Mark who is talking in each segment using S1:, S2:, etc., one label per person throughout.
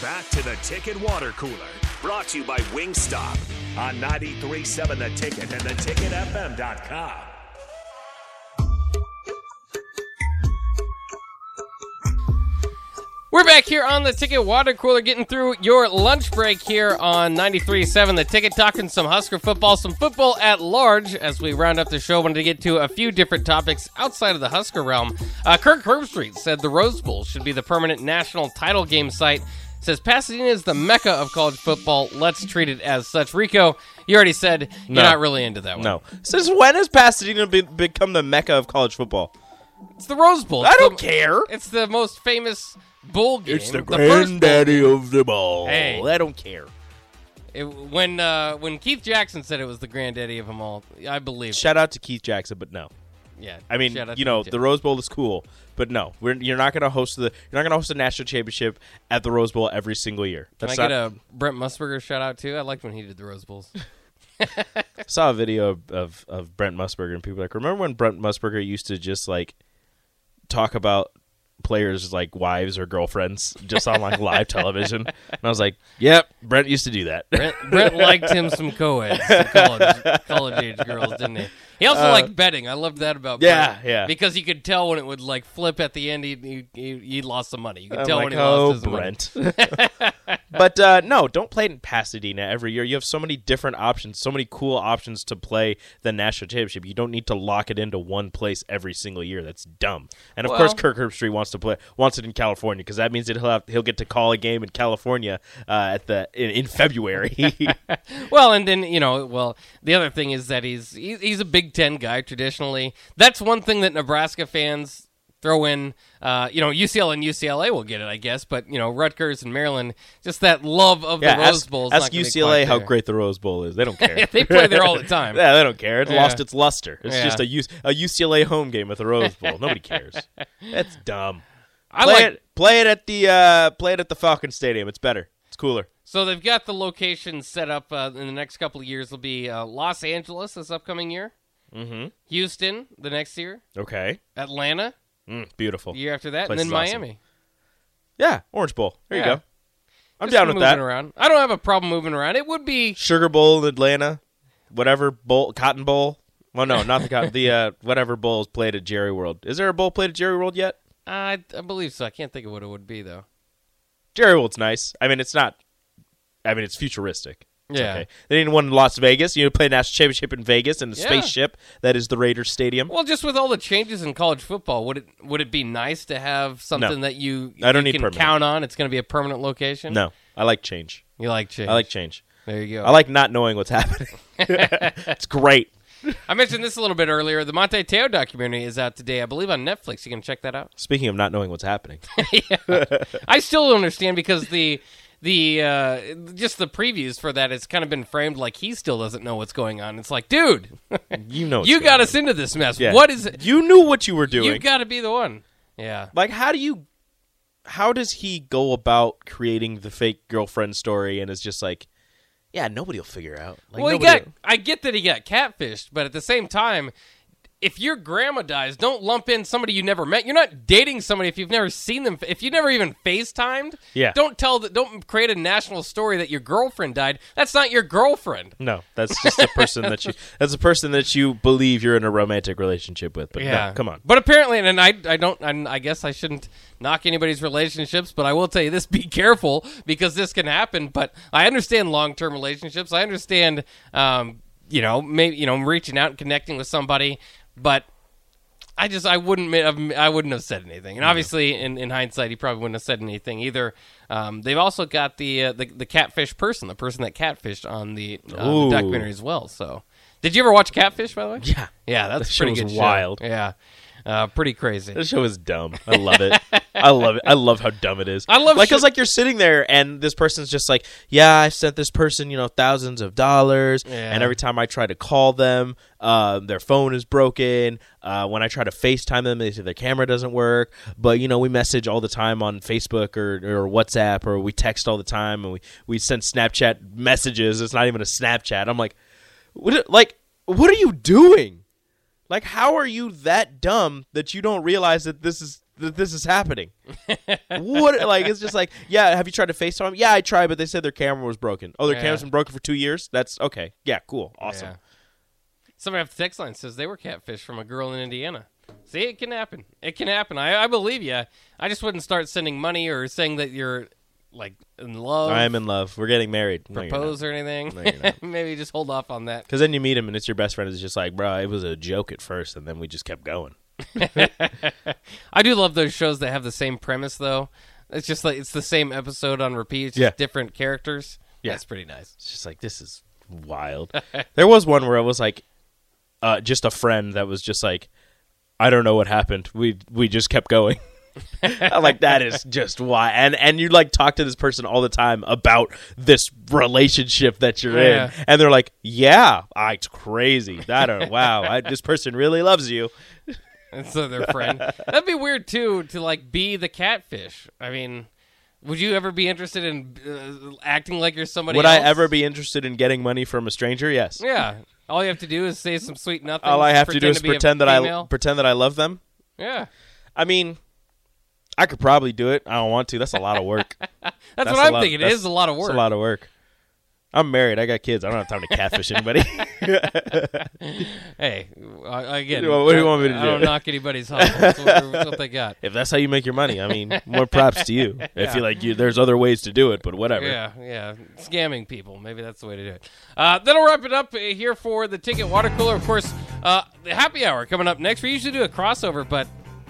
S1: Back to the Ticket Water Cooler, brought to you by Wingstop on 93.7 The Ticket and theticketfm.com.
S2: We're back here on the Ticket Water Cooler, getting through your lunch break here on 93.7 The Ticket, talking some Husker football, some football at large as we round up the show. Wanted to get to a few different topics outside of the Husker realm. Uh, Kirk Herbstreit said the Rose Bowl should be the permanent national title game site. Says Pasadena is the mecca of college football. Let's treat it as such. Rico, you already said you're
S3: No.
S2: not really into that one.
S3: No. Since when has Pasadena be- become the mecca of college football?
S2: It's the Rose Bowl.
S3: I
S2: It's
S3: don't
S2: the-
S3: care.
S2: It's the most famous bowl game. first bowl
S3: of them all.
S2: Hey.
S3: I don't care.
S2: It, when uh, when Keith Jackson said it was the granddaddy of them all, I believe.
S3: Shout out to Keith Jackson, but no.
S2: yeah,
S3: I mean,
S2: shout out
S3: you
S2: to
S3: know,
S2: Keith
S3: the
S2: Jackson.
S3: Rose Bowl is cool, but no, we're, you're not going to host the you're not going to host a national championship at the Rose Bowl every single year.
S2: Can I
S3: That's
S2: get
S3: not-
S2: a Brent Musburger shout out too? I liked when he did the Rose Bowls.
S3: saw a video of, of, of Brent Musburger and people were like, remember when Brent Musburger used to just like talk about players like wives or girlfriends just on like live television? And I was like, yep, Brent used to do that.
S2: Brent, Brent liked him some co-eds, some college, college age girls, didn't he? He also liked betting. I loved that about
S3: Uh, yeah,
S2: Brent,
S3: yeah.
S2: because you could tell when it would like flip at the end. He he, he, he lost some money. You could
S3: I'm
S2: tell
S3: like,
S2: when he
S3: oh,
S2: lost his money.
S3: Brent. but uh, no, don't play it in Pasadena every year. You have so many different options, so many cool options to play the national championship. You don't need to lock it into one place every single year. That's dumb. And of course,
S2: Well-
S3: Kirk Herbstreit wants to play wants it in California because that means that he'll have, he'll get to call a game in California uh, at the in, in February.
S2: Well, and then you know, well, the other thing is that he's he- he's a Big Ten guy traditionally. That's one thing that Nebraska fans throw in. Uh, you know, UCLA and UCLA will get it, I guess, but you know, Rutgers and Maryland, just that love of
S3: yeah,
S2: the Rose
S3: ask,
S2: Bowl. is not
S3: ask
S2: gonna be
S3: UCLA
S2: quite
S3: how
S2: there.
S3: great the Rose Bowl is. They don't care.
S2: they play there all the time.
S3: Yeah, they don't care. It
S2: Yeah.
S3: lost its luster. It's
S2: Yeah.
S3: just a, U- a UCLA home game at the Rose Bowl. Nobody cares. That's dumb.
S2: I
S3: play
S2: like-
S3: it. Play it at the uh, play it at the Falcon Stadium. It's better. It's cooler.
S2: So they've got the location set up uh, in the next couple of years. It'll be uh, Los Angeles this upcoming year, mm-hmm. Houston the next year,
S3: Okay.
S2: Atlanta
S3: Mm, beautiful.
S2: the year after that,
S3: Place
S2: and then
S3: is awesome.
S2: Miami.
S3: Yeah. Orange Bowl. There
S2: Yeah.
S3: you go. I'm
S2: Just
S3: down with
S2: moving
S3: that.
S2: Around. I don't have a problem moving around. It would be
S3: Sugar Bowl in Atlanta. Whatever bowl, Cotton Bowl. Well, no, not the cotton. the uh, whatever bowl is played at Jerry World. Is there a bowl played at Jerry World yet?
S2: I, I believe so. I can't think of what it would be though.
S3: Jerry World's nice. I mean, it's not. I mean, it's futuristic. It's
S2: Yeah.
S3: okay. They didn't win in Las Vegas. You play national championship in Vegas in a
S2: Yeah.
S3: spaceship that is the Raiders Stadium.
S2: Well, just with all the changes in college football, would it would it be nice to have something that you
S3: I don't
S2: you
S3: need
S2: can
S3: permanent.
S2: count on? It's going to be a permanent location.
S3: No, I like change.
S2: you like change.
S3: I like change.
S2: There you go.
S3: I like not knowing what's happening. it's great.
S2: I mentioned this a little bit earlier. The Monte Teo documentary is out today, I believe, on Netflix. You can check that out.
S3: Speaking of not knowing what's happening,
S2: I still don't understand because the the uh, just the previews for that it's kind of been framed like he still doesn't know what's going on. It's like, dude,
S3: you know what's
S2: you
S3: going
S2: got
S3: on.
S2: us into this mess.
S3: Yeah.
S2: What is it?
S3: You knew what you were doing.
S2: You got to be the one. Yeah.
S3: like, how do you? How does he go about creating the fake girlfriend story? And is just like, yeah, nobody will figure out. Like,
S2: well, he
S3: nobody
S2: got. I get that he got catfished, but at the same time, if your grandma dies, don't lump in somebody you never met. You're not dating somebody if you've never seen them. If you never even FaceTimed,
S3: Yeah.
S2: Don't tell that. Don't create a national story that your girlfriend died. That's not your girlfriend.
S3: No, that's just a person that you. That's a person that you believe you're in a romantic relationship with. But no, come on.
S2: But apparently, and, and I, I don't. And I guess I shouldn't knock anybody's relationships, but I will tell you this: be careful because this can happen. But I understand long-term relationships. I understand, um, you know, maybe you know, reaching out and connecting with somebody, but. I just I wouldn't ma- have- I wouldn't have said anything, and obviously in, in hindsight he probably wouldn't have said anything either. Um, they've also got the, uh, the the catfish person, the person that catfished on the, uh, the
S3: Ooh.
S2: documentary as well. So, did you ever watch Catfish by the way?
S3: Yeah.
S2: yeah, that's
S3: That show
S2: pretty
S3: was
S2: good. show.
S3: wild.
S2: Yeah. Uh, pretty crazy.
S3: This show is dumb. I love it. I love it. I love how dumb it is.
S2: I love
S3: like
S2: shit-
S3: because like you're sitting there and this person's just like, yeah, I sent this person you know thousands of dollars,
S2: Yeah.
S3: and every time I try to call them, um, their phone is broken. Uh, when I try to FaceTime them, they say their camera doesn't work. But you know we message all the time on Facebook or, or WhatsApp or we text all the time and we we send Snapchat messages. It's not even a Snapchat. I'm like, what? Like what are you doing? Like, how are you that dumb that you don't realize that this is that this is happening. what like it's just like yeah. Have you tried to FaceTime? Yeah, I tried, but they said their camera was broken. Oh, their
S2: Yeah.
S3: camera's been broken for two years. That's okay. Yeah, cool, awesome.
S2: Yeah. Somebody off the text line says they were catfished from a girl in Indiana. See, it can happen. It can happen. I, I believe you. I just wouldn't start sending money or saying that you're like in love,
S3: I am in love. We're getting married.
S2: propose or anything.
S3: No, you're not.
S2: Maybe just hold off on that.
S3: Because then you meet him, and it's your best friend. It's just like, bro, it was a joke at first, and then we just kept going.
S2: I do love those shows that have the same premise though. It's just like it's the same episode on repeat. It's just
S3: Yeah.
S2: different characters.
S3: Yeah.
S2: That's pretty nice.
S3: It's just like this is wild. there was one where I was like, uh, just a friend that was just like, I don't know what happened. We we just kept going. I'm like that is just why, and and you like talk to this person all the time about this relationship that you're
S2: Yeah.
S3: in, and they're like, yeah, I, it's crazy. I don't. Wow, I, this person really loves you.
S2: And so their friend. That'd be weird too to like be the catfish. I mean, would you ever be interested in uh, acting like you're somebody?
S3: Would
S2: else?
S3: I ever be interested in getting money from a stranger? Yes.
S2: Yeah. All you have to do is say some sweet nothing.
S3: All I have to do is pretend that I
S2: female.
S3: pretend that I love them.
S2: Yeah.
S3: I mean, I could probably do it. I don't want to. That's a lot of work. that's,
S2: That's,
S3: a
S2: what I'm
S3: lot-
S2: thinking. It
S3: that's-
S2: is a lot of
S3: that's
S2: work.
S3: a lot of work. I'm married. I got kids. I don't have time to catfish anybody.
S2: hey, I- again,
S3: What do you want me to
S2: I don't
S3: do?
S2: knock anybody's home. That's what, that's what they got.
S3: if that's how you make your money, I mean, more props to you. I feel like you, there's other ways to do it, but whatever.
S2: Yeah, yeah. Scamming people. Maybe that's the way to do it. Uh, that'll wrap it up uh, here for the Ticket Water Cooler. Of course, uh, the happy hour coming up next. We usually do a crossover, but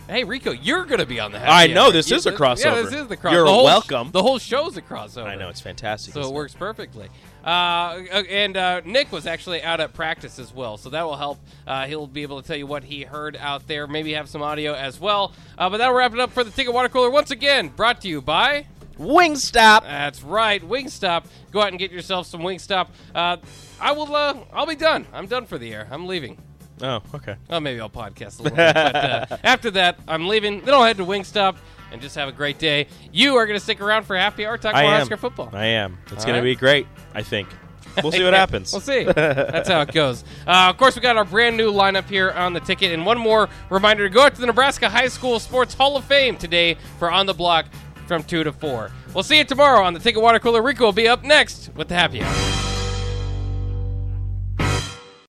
S2: hey, Rico, you're going to be on the happy
S3: I know,
S2: hour.
S3: this is a
S2: Yeah,
S3: crossover.
S2: this is the crossover.
S3: You're
S2: the whole sh-
S3: welcome.
S2: the whole show's a crossover.
S3: I know it's fantastic.
S2: So
S3: It's-
S2: it works perfectly. Uh, and uh, Nick was actually out at practice as well, so that will help. Uh, he'll be able to tell you what he heard out there, maybe have some audio as well. Uh, but that'll wrap it up for the Ticket Water Cooler once again, brought to you by.
S3: Wingstop.
S2: That's right, Wingstop. Go out and get yourself some Wingstop. Uh, I will. Uh, I'll be done. I'm done for the air. I'm leaving.
S3: Oh, okay.
S2: Oh, maybe I'll podcast a little bit. But uh, after that, I'm leaving. Then I'll head to Wingstop and just have a great day. You are going to stick around for happy hour talk
S3: I
S2: more
S3: am.
S2: Oscar football.
S3: I am. It's
S2: All
S3: gonna
S2: right.
S3: be great. I think. We'll see what happens.
S2: We'll see. That's how it goes. Uh, of course, we got our brand new lineup here on the ticket. And one more reminder to go out to the Nebraska High School Sports Hall of Fame today for On the Block from 2 to 4. We'll see you tomorrow on the Ticket Water Cooler. Rico will be up next with the Happy Hour.